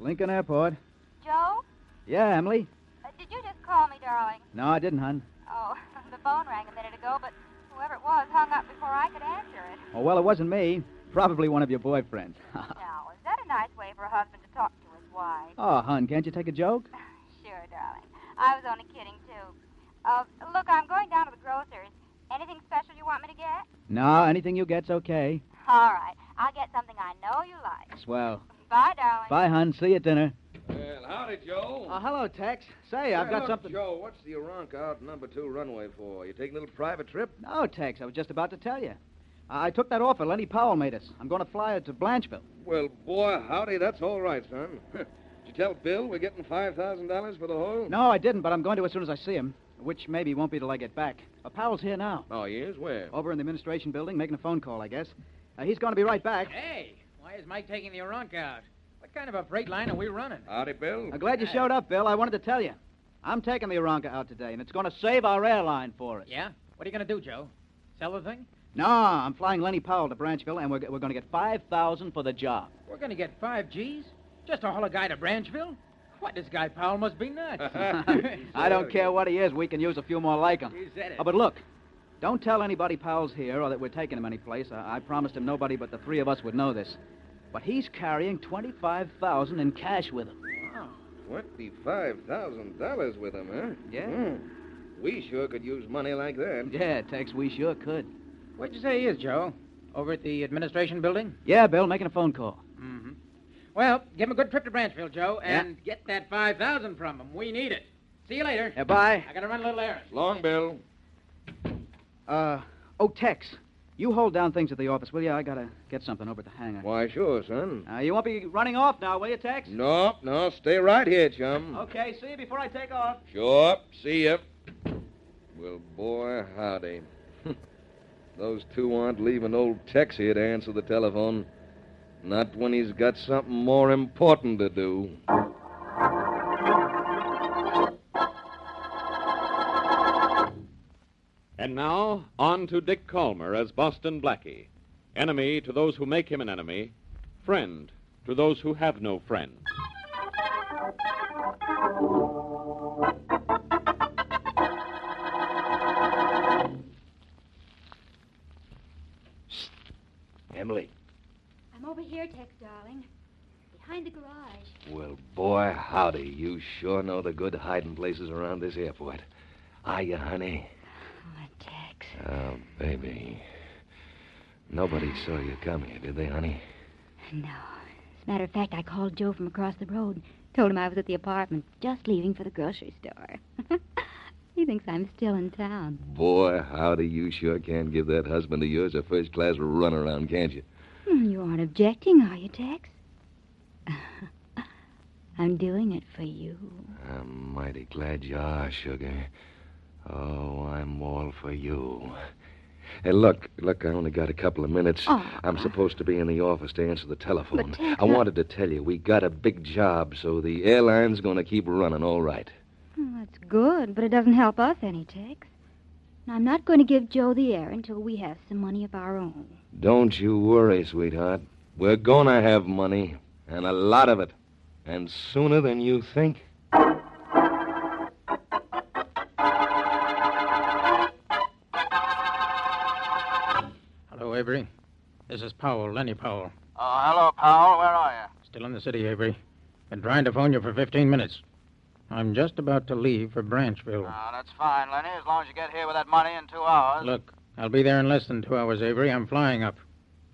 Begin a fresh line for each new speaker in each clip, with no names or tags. Lincoln Airport.
Joe?
Yeah, Emily?
Uh, did you just call me, darling?
No, I didn't, hon.
Oh, the phone rang a minute ago, but whoever it was hung up before I could answer it.
Oh, well, it wasn't me. Probably one of your boyfriends.
now, is that a nice way for a husband to talk to his wife?
oh, hon, can't you take a joke?
Sure, darling. I was only kidding, too. Uh, look, I'm going down to the grocer's. Anything special you want me to get?
No, anything you get's okay.
All right. I'll get something I know you like.
Swell.
Bye, darling.
Bye, hon. See you at dinner.
Well, howdy, Joe.
Oh, hello, Tex. Say, I've
Hey,
got
look,
something.
Joe, what's the Aronk out number two runway for? You taking a little private trip?
No, Tex, I was just about to tell you. I I took that offer Lenny Powell made us. I'm going to fly her to Blancheville.
Well, boy, howdy, that's all right, son. Did you tell Bill we're getting five thousand dollars for the whole?
No, I didn't, but I'm going to as soon as I see him, which maybe won't be till I get back. Uh, Powell's here now,
Oh, he is where?
over in the administration building, making a phone call, I guess. Uh, he's going to be right back.
Hey, why is Mike taking the Aronk out? What kind of a freight line are we running?
Howdy, Bill.
I'm glad you showed up, Bill. I wanted to tell you. I'm taking the Aranca out today, and it's going to save our airline for us.
Yeah? What are you going to do, Joe? Sell the thing?
No, I'm flying Lenny Powell to Branchville, and we're, we're going to get 5000 for the job.
We're going to get five G's? Just to haul a guy to Branchville? What, this guy Powell must be nuts.
I don't care what he is. We can use a few more like him.
He said it.
Oh, but look, don't tell anybody Powell's here or that we're taking him anyplace. I, I promised him nobody but the three of us would know this. But he's carrying 25000 in cash with him.
Twenty-five thousand dollars with him, huh?
Yeah.
Hmm. We sure could use money like that.
Yeah, Tex, we sure could.
What'd you say he is, Joe? Over at the administration building?
Yeah, Bill, making a phone call.
Mm-hmm. Well, give him a good trip to Branchville, Joe,
Yeah.
and get that 5000 from him. We need it. See you later.
Yeah, bye.
I got to run a little errand.
Long, Bill.
Uh, oh, Tex, you hold down things at the office, will you? I gotta get something over at the hangar.
Why, sure, son.
Uh, you won't be running off now, will you, Tex?
No, no, stay right here, chum.
Okay, see you before I take off.
Sure. See ya. Well, boy, howdy. Those two aren't leaving old Tex here to answer the telephone. Not when he's got something more important to do.
And now, on to Dick Calmer as Boston Blackie. Enemy to those who make him an enemy, friend to those who have no friend.
Emily.
I'm over here, Tex, darling. Behind the garage.
Well, boy, howdy. You sure know the good hiding places around this airport. Are you, honey?
Oh, Tex.
Oh, baby. Nobody saw you come here, did they, honey?
No. As a matter of fact, I called Joe from across the road. Told him I was at the apartment, just leaving for the grocery store. he thinks I'm still in town.
Boy, howdy. You sure can give that husband of yours a first class runaround, can't you?
Hmm, You aren't objecting, are you, Tex? I'm doing it for you.
I'm mighty glad you are, sugar. Oh, I'm all for you. Hey, look, look, I only got a couple of minutes.
Oh.
I'm supposed to be in the office to answer the telephone.
But, Ted,
I wanted to tell you, we got a big job, so the airline's going to keep running all right.
Well, that's good, but it doesn't help us any, Tex. And I'm not going to give Joe the air until we have some money of our own.
Don't you worry, sweetheart. We're going to have money, and a lot of it, and sooner than you think.
Hello, Avery. This is Powell, Lenny Powell.
Oh, hello, Powell. Where are you?
Still in the city, Avery. Been trying to phone you for 15 minutes.
I'm just about to leave for Branchville.
Ah, that's fine, Lenny, as long as you get here with that money in two hours.
Look, I'll be there in less than two hours, Avery. I'm flying up.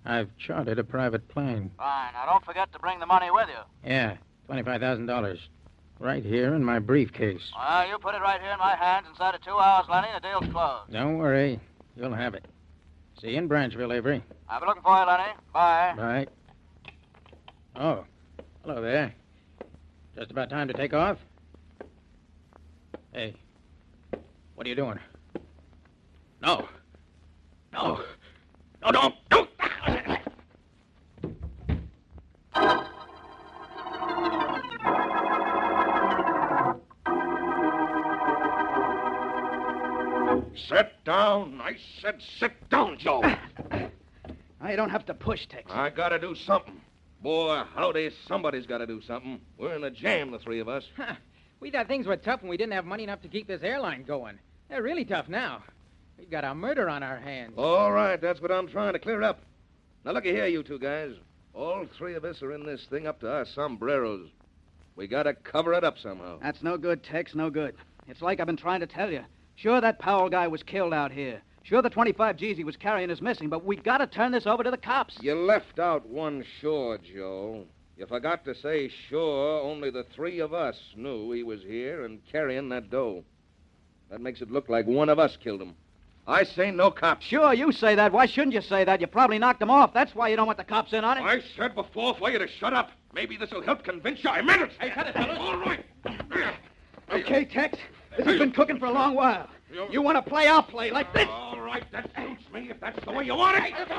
I've chartered a private plane.
Fine. Now, don't forget to bring the money with you.
Yeah, $25,000. Right here in my briefcase.
Well, you put it right here in my hands. Inside of two hours, Lenny, the deal's closed.
Don't worry. You'll have it. See you in Branchville, Avery.
I'll be looking for you, Lenny. Bye.
Bye. Oh, hello there. Just about time to take off? Hey, what are you doing? No. No. No, don't. Don't.
Sit down. I said sit down, Joe.
Now, you don't have to push, Tex.
I gotta do something. Boy, howdy, somebody's gotta do something. We're in a jam, the three of us.
We thought things were tough when we didn't have money enough to keep this airline going. They're really tough now. We've got a murder on our hands.
All right, that's what I'm trying to clear up. Now, looky here, you two guys. All three of us are in this thing up to our sombreros. We gotta cover it up somehow.
That's no good, Tex, no good. It's like I've been trying to tell you. Sure, that Powell guy was killed out here. Sure, the 25 G's he was carrying is missing, but we gotta turn this over to the cops.
You left out one sure, Joe. You forgot to say sure only the three of us knew he was here and carrying that dough. That makes it look like one of us killed him. I say no cops.
Sure, you say that. Why shouldn't you say that? You probably knocked him off. That's why you don't want the cops in on it.
I said before for you to shut up. Maybe this will help convince you. I meant it. Hey, cut it, fellas. All right.
Okay, Tex. This has been cooking for a long while. You want to play, I'll play like this.
All right, that suits me if that's the way you want it. Break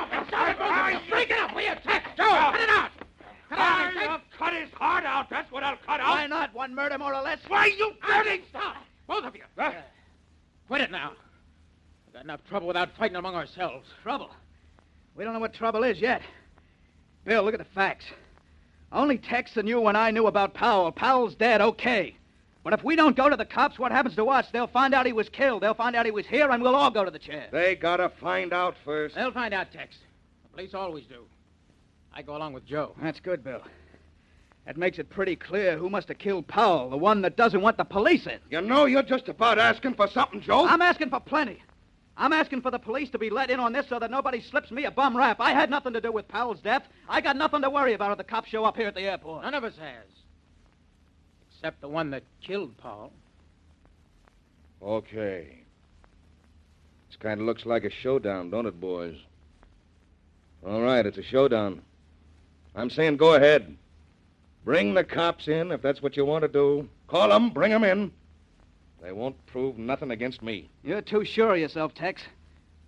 it up, will you, Tex? Joe, cut it out. I'll cut his heart out. That's what I'll cut
Why not? One murder more or less.
Why, you dirty... Stop.
Both of you. Quit it now. We've got enough trouble without fighting among ourselves.
Trouble. We don't know what trouble is yet. Bill, look at the facts. Only Tex and you and I knew about Powell. Powell's dead, okay. But if we don't go to the cops, what happens to us? They'll find out he was killed. They'll find out he was here, and we'll all go to the chair.
They gotta find out first.
They'll find out, Tex. The police always do. I go along with Joe.
That's good, Bill. That makes it pretty clear who must have killed Powell, the one that doesn't want the police in.
You know you're just about asking for something, Joe.
I'm asking for plenty. I'm asking for the police to be let in on this so that nobody slips me a bum rap. I had nothing to do with Powell's death. I got nothing to worry about if the cops show up here at the airport.
None of us has. Except the one that killed Paul.
Okay. This kind of looks like a showdown, don't it, boys? All right, it's a showdown. I'm saying go ahead. Bring the cops in if that's what you want to do. Call 'em, bring 'em in. They won't prove nothing against me.
You're too sure of yourself, Tex.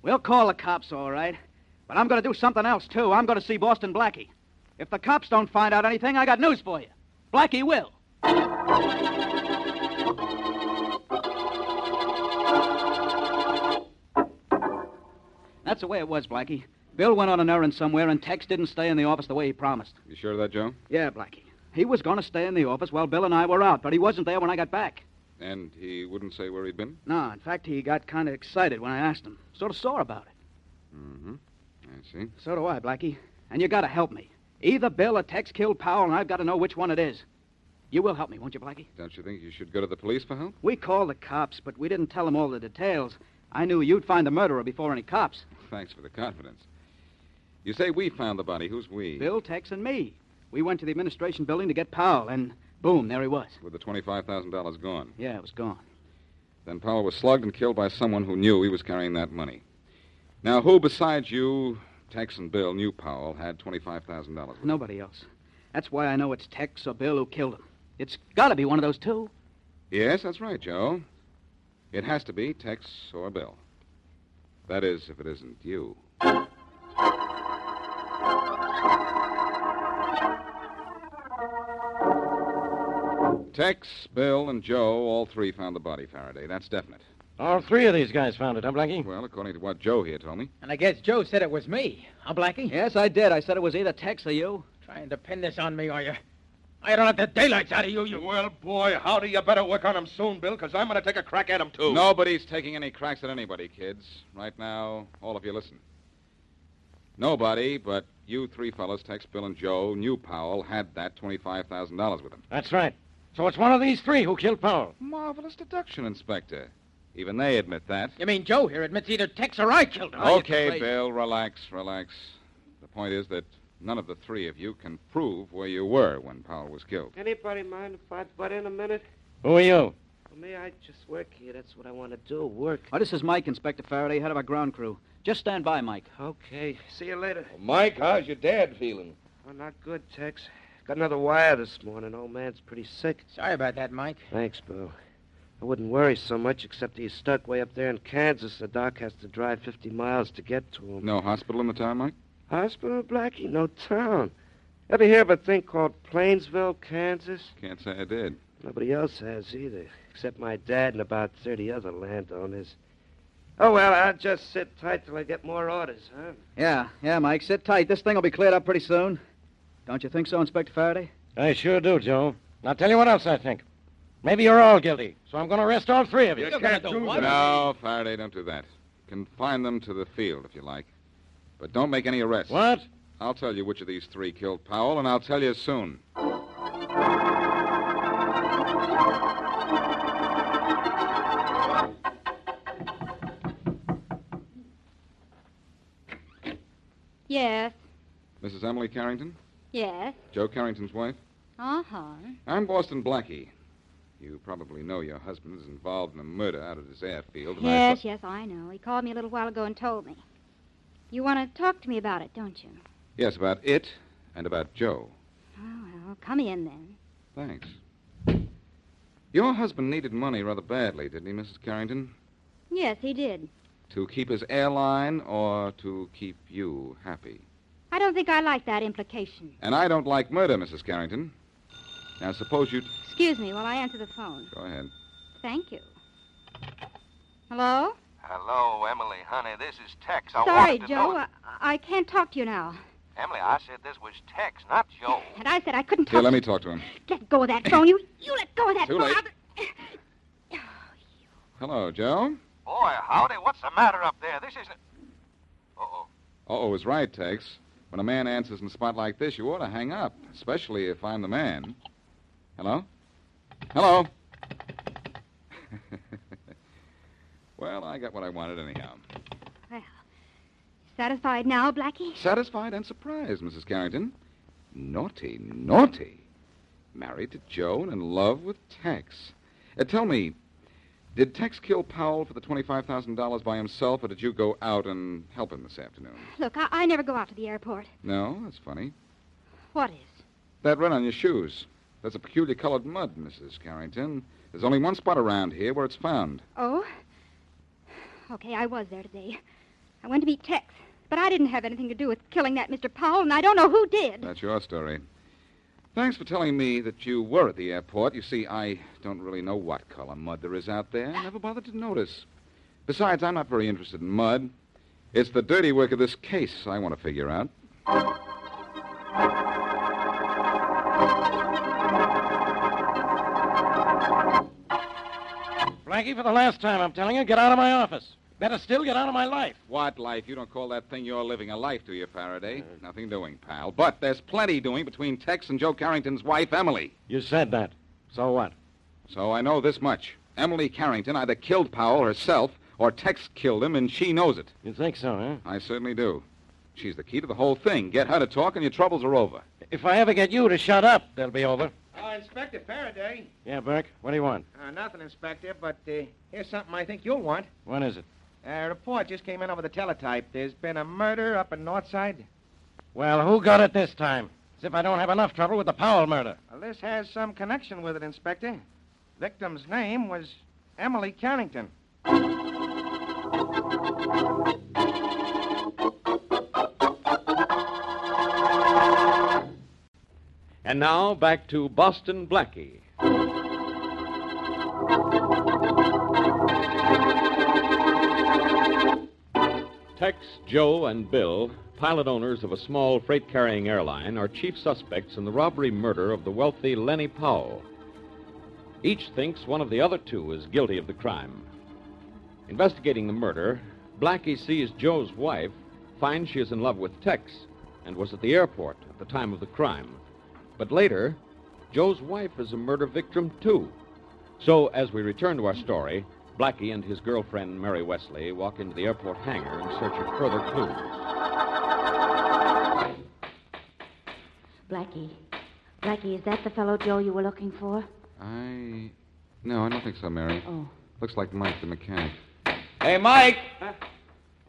We'll call the cops, all right. But I'm going to do something else, too. I'm going to see Boston Blackie. If the cops don't find out anything, I got news for you. Blackie will. That's the way it was, Blackie. Bill went on an errand somewhere, and Tex didn't stay in the office the way he promised.
You sure of that, Joe?
Yeah, Blackie. He was going to stay in the office while Bill and I were out, but he wasn't there when I got back.
And he wouldn't say where he'd been?
No, in fact, he got kind of excited when I asked him. Sort of sore about it.
Mm-hmm. I see.
So do I, Blackie. And you gotta help me. Either Bill or Tex killed Powell, and I've got to know which one it is. You will help me, won't you, Blackie?
Don't you think you should go to the police for help?
We called the cops, but we didn't tell them all the details. I knew you'd find the murderer before any cops.
Thanks for the confidence. You say we found the body. Who's we?
Bill, Tex, and me. We went to the administration building to get Powell, and boom, there he was.
With the $25,000 gone.
Yeah, it was gone.
Then Powell was slugged and killed by someone who knew he was carrying that money. Now, who besides you, Tex and Bill, knew Powell had $25,000? with him?
Nobody else. That's why I know it's Tex or Bill who killed him. It's gotta be one of those two.
Yes, that's right, Joe. It has to be Tex or Bill. That is, if it isn't you. Tex, Bill, and Joe, all three found the body, Faraday. That's definite.
All three of these guys found it, huh, Blackie?
Well, according to what Joe here told me.
And I guess Joe said it was me. Huh, Blackie?
Yes, I did. I said it was either Tex or you.
Trying to pin this on me, are you? I don't have the daylights out of you, you.
Well, boy, howdy, you better work on him soon, Bill, because I'm going to take a crack at him, too.
Nobody's taking any cracks at anybody, kids. Right now, all of you listen. Nobody but you three fellas, Tex, Bill, and Joe, knew Powell had that $25,000 with him.
That's right. So it's one of these three who killed Powell.
Marvelous deduction, Inspector. Even they admit that.
You mean Joe here admits either Tex or I killed him?
Okay, Bill, relax, relax. The point is that none of the three of you can prove where you were when Powell was killed.
Anybody mind if I butt in a minute?
Who are you?
For me, I just work here. That's what I want to do, work.
Oh, this is Mike, Inspector Faraday, head of our ground crew. Just stand by, Mike.
Okay, see you later.
Mike, how's your dad feeling?
Oh, not good, Tex. Got another wire this morning. Old man's pretty sick.
Sorry about that, Mike.
Thanks, Bill. I wouldn't worry so much, except he's stuck way up there in Kansas. The doc has to drive 50 miles to get to him.
No hospital in the town, Mike?
Hospital, Blackie? No town. Ever hear of a thing called Plainsville, Kansas?
Can't say I did.
Nobody else has either, except my dad and about 30 other landowners. Oh, well, I'll just sit tight till I get more orders, huh?
Yeah, yeah, Mike. Sit tight. This thing will be cleared up pretty soon. Don't you think so, Inspector Faraday?
I sure do, Joe. Now tell you what else I think. Maybe you're all guilty, so I'm going to arrest all three of you.
No, Faraday, don't do that. Confine them to the field if you like. But don't make any arrests.
What?
I'll tell you which of these three killed Powell, and I'll tell you soon.
Yes,
Mrs. Emily Carrington,
yes.
Joe Carrington's wife.
Uh huh.
I'm Boston Blackie. You probably know your husband is involved in a murder out at his airfield. and I
Yes, yes, I know. He called me a little while ago and told me. You want to talk to me about it, don't you?
Yes, about it and about Joe.
Oh, well, come in then.
Thanks. Your husband needed money rather badly, didn't he, Mrs. Carrington?
Yes, he did.
To keep his airline or to keep you happy?
I don't think I like that implication.
And I don't like murder, Mrs. Carrington. Now, suppose you.
Excuse me while I answer the phone.
Go ahead.
Thank you. Hello?
Hello, Emily, honey. This is Tex. I
Sorry,
wanted to
Joe.
Know...
I, I can't talk to you now.
Emily, I said this was Tex, not Joe.
And I said I couldn't talk.
Here, let me talk to him.
Let go of that phone. You you let go of that
Too
phone.
late.
I'll-
Hello, Joe.
Boy, howdy, what's the matter up there? This isn't. Uh-oh.
Uh oh, is right, Tex. When a man answers in a spot like this, you ought to hang up, especially if I'm the man. Hello? Hello? well, I got what I wanted anyhow.
Satisfied now, Blackie?
Satisfied and surprised, Mrs. Carrington. Naughty, naughty. Married to Joe and in love with Tex. Uh, tell me, did Tex kill Powell for the $25,000 by himself, or did you go out and help him this afternoon?
Look, I, I never go out to the airport.
No, that's funny.
What is?
That run on your shoes. That's a peculiar colored mud, Mrs. Carrington. There's only one spot around here where it's found.
Oh? Okay, I was there today. I went to meet Tex, but I didn't have anything to do with killing that Mr. Powell, and I don't know who did.
That's your story. Thanks for telling me that you were at the airport. You see, I don't really know what color mud there is out there. I never bothered to notice. Besides, I'm not very interested in mud. It's the dirty work of this case I want to figure out.
Blackie, for the last time, I'm telling you, get out of my office. Better still, get out of my life.
What life? You don't call that thing you're living a life, do you, Faraday? Nothing doing, pal. But there's plenty doing between Tex and Joe Carrington's wife, Emily.
You said that. So what?
So I know this much. Emily Carrington either killed Powell herself or Tex killed him, and she knows it.
You think so, huh?
I certainly do. She's the key to the whole thing. Get her to talk, and your troubles are over.
If I ever get you to shut up, they'll be over.
Oh, Inspector Faraday.
Yeah, Burke, what do you want?
Uh, nothing, Inspector, but uh, here's something I think you'll want. Uh,
What is it?
A report just came in over the teletype. There's been a murder up in Northside.
Well, who got it this time? As if I don't have enough trouble with the Powell murder.
Well, this has some connection with it, Inspector. Victim's name was Emily Carrington.
And now back to Boston Blackie. Tex, Joe, and Bill, pilot owners of a small freight carrying airline, are chief suspects in the robbery murder of the wealthy Lenny Powell. Each thinks one of the other two is guilty of the crime. Investigating the murder, Blackie sees Joe's wife, finds she is in love with Tex, and was at the airport at the time of the crime. But later, Joe's wife is a murder victim, too. So, as we return to our story, Blackie and his girlfriend, Mary Wesley, walk into the airport hangar in search of further clues.
Blackie. Blackie, is that the fellow Joe you were looking for?
I. No, I don't think so, Mary.
Oh.
Looks like Mike, the mechanic.
Hey, Mike!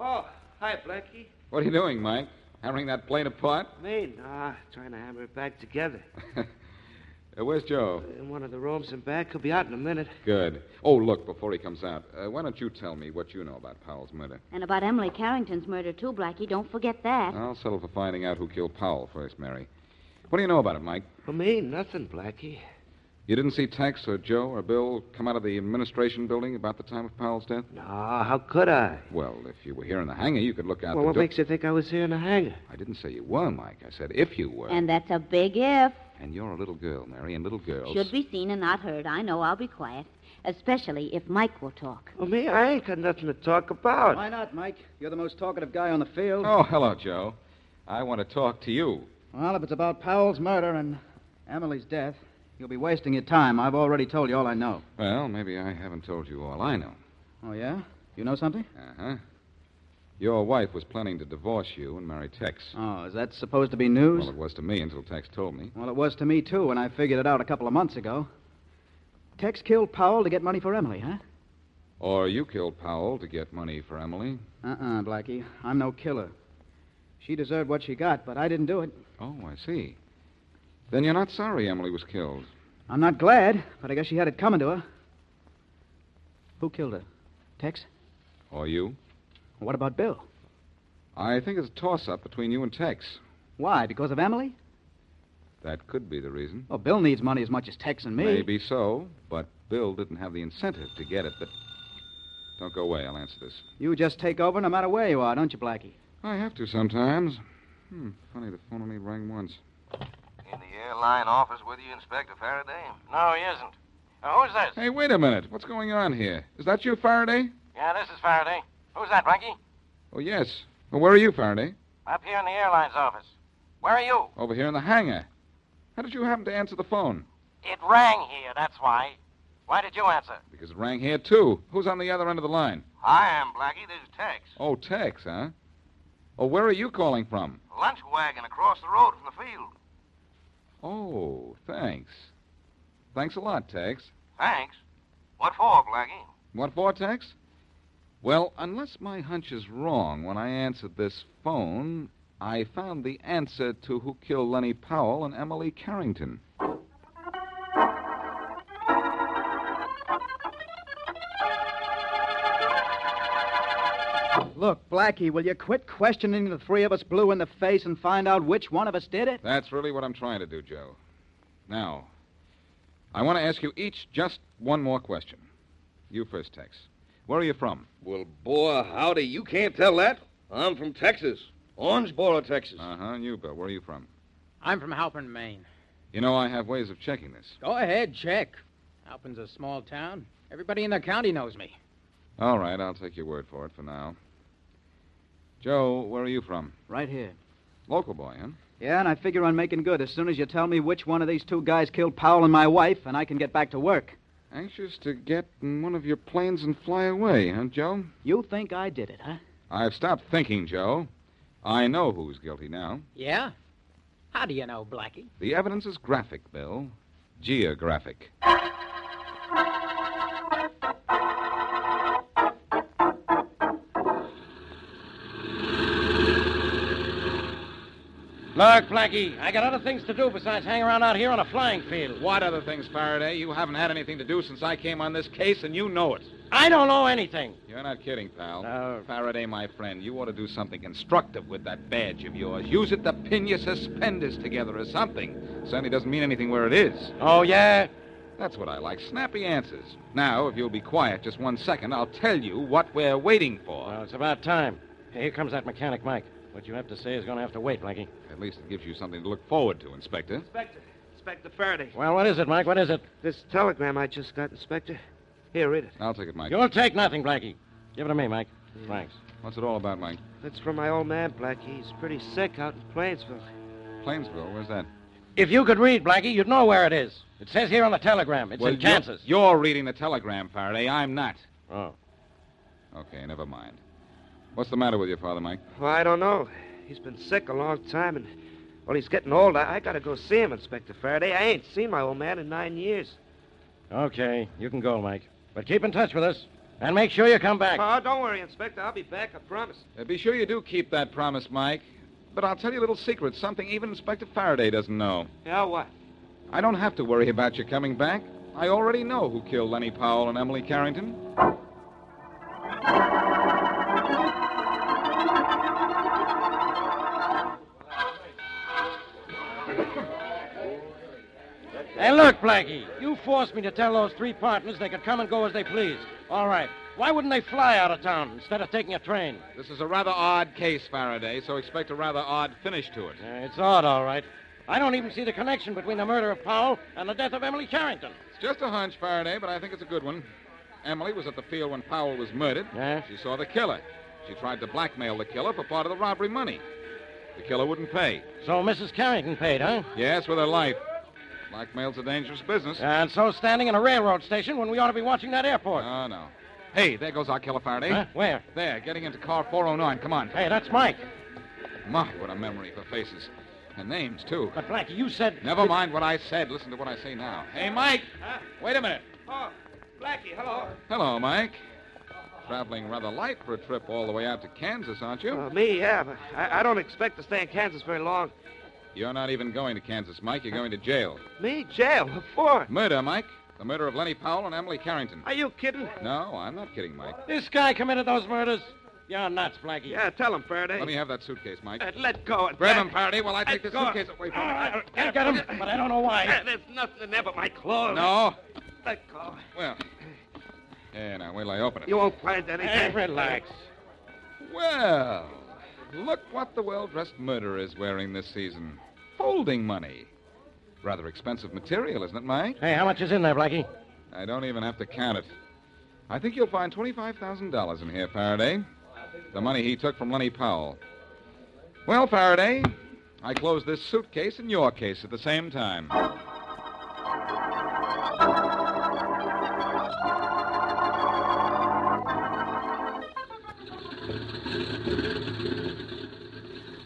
Oh, hi, Blackie.
What are you doing, Mike? Hammering that plane apart?
Me? Nah, Ah, trying to hammer it back together.
Uh, where's Joe?
In one of the rooms in back. He'll be out in a minute.
Good. Oh, look, before he comes out, uh, why don't you tell me what you know about Powell's murder?
And about Emily Carrington's murder, too, Blackie. Don't forget that.
I'll settle for finding out who killed Powell first, Mary. What do you know about it, Mike?
For me, nothing, Blackie.
You didn't see Tex or Joe or Bill come out of the administration building about the time of Powell's death?
No, how could I?
Well, if you were here in the hangar, you could look out
well,
the
what
door.
makes you think I was here in the hangar?
I didn't say you were, Mike. I said if you were.
And that's a big if.
And you're a little girl, Mary, and little girls.
Should be seen and not heard. I know. I'll be quiet. Especially if Mike will talk.
Well, me, I ain't got nothing to talk about.
Why not, Mike? You're the most talkative guy on the field.
Oh, hello, Joe. I want to talk to you.
Well, if it's about Powell's murder and Emily's death, you'll be wasting your time. I've already told you all I know.
Well, maybe I haven't told you all I know.
Oh, yeah? You know something?
Uh huh. Your wife was planning to divorce you and marry Tex.
Oh, is that supposed to be news?
Well, it was to me until Tex told me.
Well, it was to me, too, and I figured it out a couple of months ago. Tex killed Powell to get money for Emily, huh?
Or you killed Powell to get money for Emily.
Uh uh Blackie. I'm no killer. She deserved what she got, but I didn't do it.
Oh, I see. Then you're not sorry Emily was killed.
I'm not glad, but I guess she had it coming to her. Who killed her? Tex?
Or you?
What about Bill?
I think it's a toss up between you and Tex.
Why? Because of Emily?
That could be the reason.
Well, Bill needs money as much as Tex and me.
Maybe so, but Bill didn't have the incentive to get it, but. Don't go away. I'll answer this.
You just take over no matter where you are, don't you, Blackie?
I have to sometimes. Hmm, funny, the phone only rang once.
In the airline office with you, Inspector Faraday? No, he isn't. Uh, who's this?
Hey, wait a minute. What's going on here? Is that you, Faraday?
Yeah, this is Faraday. Who's that, Blackie?
Oh, yes. Well, where are you, Faraday?
Up here in the airline's office. Where are you?
Over here in the hangar. How did you happen to answer the phone?
It rang here, that's why. Why did you answer?
Because it rang here, too. Who's on the other end of the line?
I am, Blackie. This is Tex.
Oh, Tex, huh? Oh, where are you calling from?
Lunch wagon across the road from the field.
Oh, thanks. Thanks a lot, Tex.
Thanks. What for, Blackie?
What for, Tex? Well, unless my hunch is wrong, when I answered this phone, I found the answer to who killed Lenny Powell and Emily Carrington.
Look, Blackie, will you quit questioning the three of us blue in the face and find out which one of us did it?
That's really what I'm trying to do, Joe. Now, I want to ask you each just one more question. You first, Tex. Where are you from?
Well, boy, howdy. You can't tell that. I'm from Texas. Orangeboro, Texas.
Uh huh. You, Bill. Where are you from?
I'm from Halpin, Maine.
You know, I have ways of checking this.
Go ahead, check. Halpin's a small town. Everybody in the county knows me.
All right, I'll take your word for it for now. Joe, where are you from?
Right here.
Local boy, huh?
Yeah, and I figure on making good as soon as you tell me which one of these two guys killed Powell and my wife, and I can get back to work.
Anxious to get in one of your planes and fly away, huh, Joe?
You think I did it, huh?
I've stopped thinking, Joe. I know who's guilty now.
Yeah? How do you know, Blackie?
The evidence is graphic, Bill. Geographic.
Look, Blackie, I got other things to do besides hang around out here on a flying field.
What other things, Faraday? You haven't had anything to do since I came on this case, and you know it.
I don't know anything.
You're not kidding, pal. Faraday, my friend, you ought to do something constructive with that badge of yours. Use it to pin your suspenders together or something. Certainly doesn't mean anything where it is.
Oh, yeah?
That's what I like. Snappy answers. Now, if you'll be quiet just one second, I'll tell you what we're waiting for.
Well, it's about time. Hey, Here comes that mechanic, Mike. What you have to say is going to have to wait, Blackie.
At least it gives you something to look forward to, Inspector.
Inspector. Inspector Faraday.
Well, what is it, Mike? What is it?
This telegram I just got, Inspector. Here, read it.
I'll take it, Mike.
You'll take nothing, Blackie. Give it to me, Mike. Thanks.
What's it all about, Mike?
That's from my old man, Blackie. He's pretty sick out in Plainsville.
Plainsville, where's that?
If you could read, Blackie, you'd know where it is. It says here on the telegram. It's
Well,
in
you're-
Kansas.
You're, reading the telegram, Faraday. I'm not.
Oh.
Okay, never mind. What's the matter with your father, Mike?
Well, I don't know. He's been sick a long time, and, well, he's getting old. I, I gotta go see him, Inspector Faraday. I ain't seen my old man in nine years.
Okay, you can go, Mike. But keep in touch with us, and make sure you come back.
Oh, don't worry, Inspector. I'll be back, I promise.
Uh, be sure you do keep that promise, Mike. But I'll tell you a little secret, something even Inspector Faraday doesn't know.
Yeah, what?
I don't have to worry about you coming back. I already know who killed Lenny Powell and Emily Carrington.
Hey, look, Blackie, you forced me to tell those three partners they could come and go as they pleased. All right. Why wouldn't they fly out of town instead of taking a train?
This is a rather odd case, Faraday, so expect a rather odd finish to it.
It's odd, all right. I don't even see the connection between the murder of Powell and the death of Emily Carrington.
It's just a hunch, Faraday, but I think it's a good one. Emily was at the field when Powell was murdered.
Yeah?
She saw the killer. She tried to blackmail the killer for part of the robbery money. The killer wouldn't pay.
So Mrs. Carrington paid, huh?
Yes, with her life. Blackmail's a dangerous business.
And so standing in a railroad station when we ought to be watching that airport.
Oh, no. Hey, there goes our killer, Faraday.
Huh? Where?
There, getting into car 409. Come on.
Hey, that's Mike.
My, what a memory for faces. And names, too.
But, Blackie, you said.
Never mind what I said. Listen to what I say now. Hey, Mike. Wait a minute.
Oh, Blackie, hello.
Hello, Mike. Traveling rather light for a trip all the way out to Kansas, aren't you?
Uh, me, yeah, but I, I don't expect to stay in Kansas very long.
You're not even going to Kansas, Mike. You're going to jail.
Me, jail? What for?
Murder, Mike. The murder of Lenny Powell and Emily Carrington.
Are you kidding?
No, Oh, I'm not kidding, Mike.
This guy committed those murders. You're nuts, Blackie.
Yeah, uh, tell him, Faraday.
Let me have that suitcase, Mike.
Uh, let go. of
Grab
that.
him, Faraday, while I
Let
take this
go.
suitcase away from him.
Uh,
Can't get him, but I don't know why.
uh, There's nothing there but my clothes.
No.
Let go.
Well. Yeah, now, wait till I open it.
You won't find anything.
Hey, relax.
Well, look what the well dressed murderer is wearing this season folding money. Rather expensive material, isn't it, Mike?
Hey, how much is in there, Blackie?
I don't even have to count it. I think you'll find $25,000 in here, Faraday. The money he took from Lenny Powell. Well, Faraday, I closed this suitcase and your case at the same time.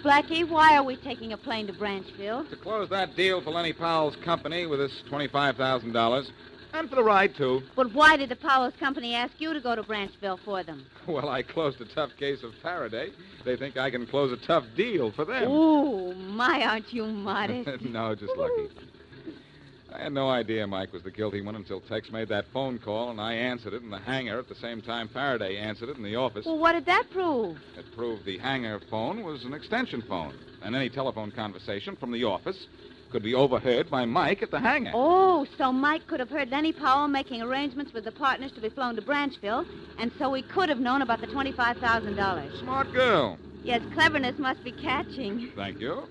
Blackie, why are we taking a plane to Branchville?
To close that deal for Lenny Powell's company with this $25,000, and for the ride, too.
But why did the Powers Company ask you to go to Branchville for them?
Well, I closed a tough case of Faraday. They think I can close a tough deal for them.
Ooh, my, aren't you modest?
no, just lucky. I had no idea Mike was the guilty one until Tex made that phone call, and I answered it in the hangar at the same time Faraday answered it in the office.
Oh.
well, what did that prove?
It proved the hangar phone was an extension phone, and any telephone conversation from the office could be overheard by Mike at the hangar.
Oh, so Mike could have heard Lenny Powell making arrangements with the partners to be flown to Branchville, and so he could have known about the $25,000.
Smart girl.
Yes, cleverness must be catching.
Thank you.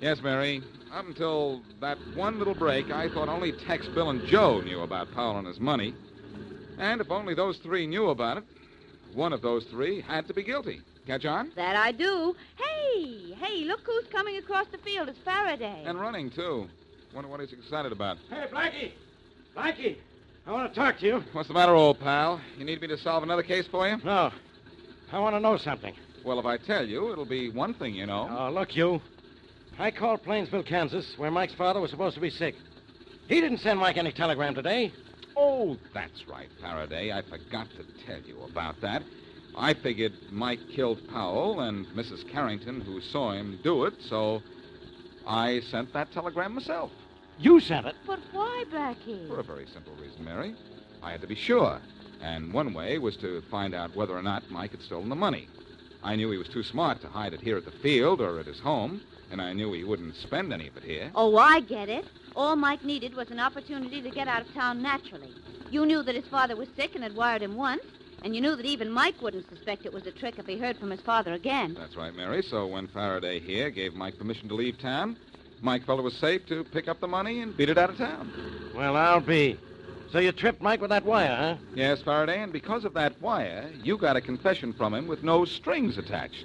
yes, Mary. Up until that one little break, I thought only Tex, Bill, and Joe knew about Powell and his money. And if only those three knew about it, one of those three had to be guilty. Catch on?
That I do. Hey, hey, look who's coming across the field. It's Faraday.
And running, too. Wonder what he's excited about.
Hey, Blackie. Blackie, I want to talk to you.
What's the matter, old pal? You need me to solve another case for you?
No. I want to know something.
Well, if I tell you, it'll be one thing you know.
Oh, look, you. I called Plainsville, Kansas, where Mike's father was supposed to be sick. He didn't send Mike any telegram today.
Oh, that's right, Faraday. I forgot to tell you about that. I figured Mike killed Powell and Mrs. Carrington, who saw him do it, so I sent that telegram myself.
You sent it?
But why, Blackie?
For a very simple reason, Mary. I had to be sure. And one way was to find out whether or not Mike had stolen the money. I knew he was too smart to hide it here at the field or at his home, and I knew he wouldn't spend any of it here.
Oh, I get it. All Mike needed was an opportunity to get out of town naturally. You knew that his father was sick and had wired him once, and you knew that even Mike wouldn't suspect it was a trick if he heard from his father again.
That's right, Mary. So when Faraday here gave Mike permission to leave town, Mike felt it was safe to pick up the money and beat it out of town.
Well, I'll be. So you tripped Mike with that wire, huh?
Yes, Faraday, and because of that wire, you got a confession from him with no strings attached.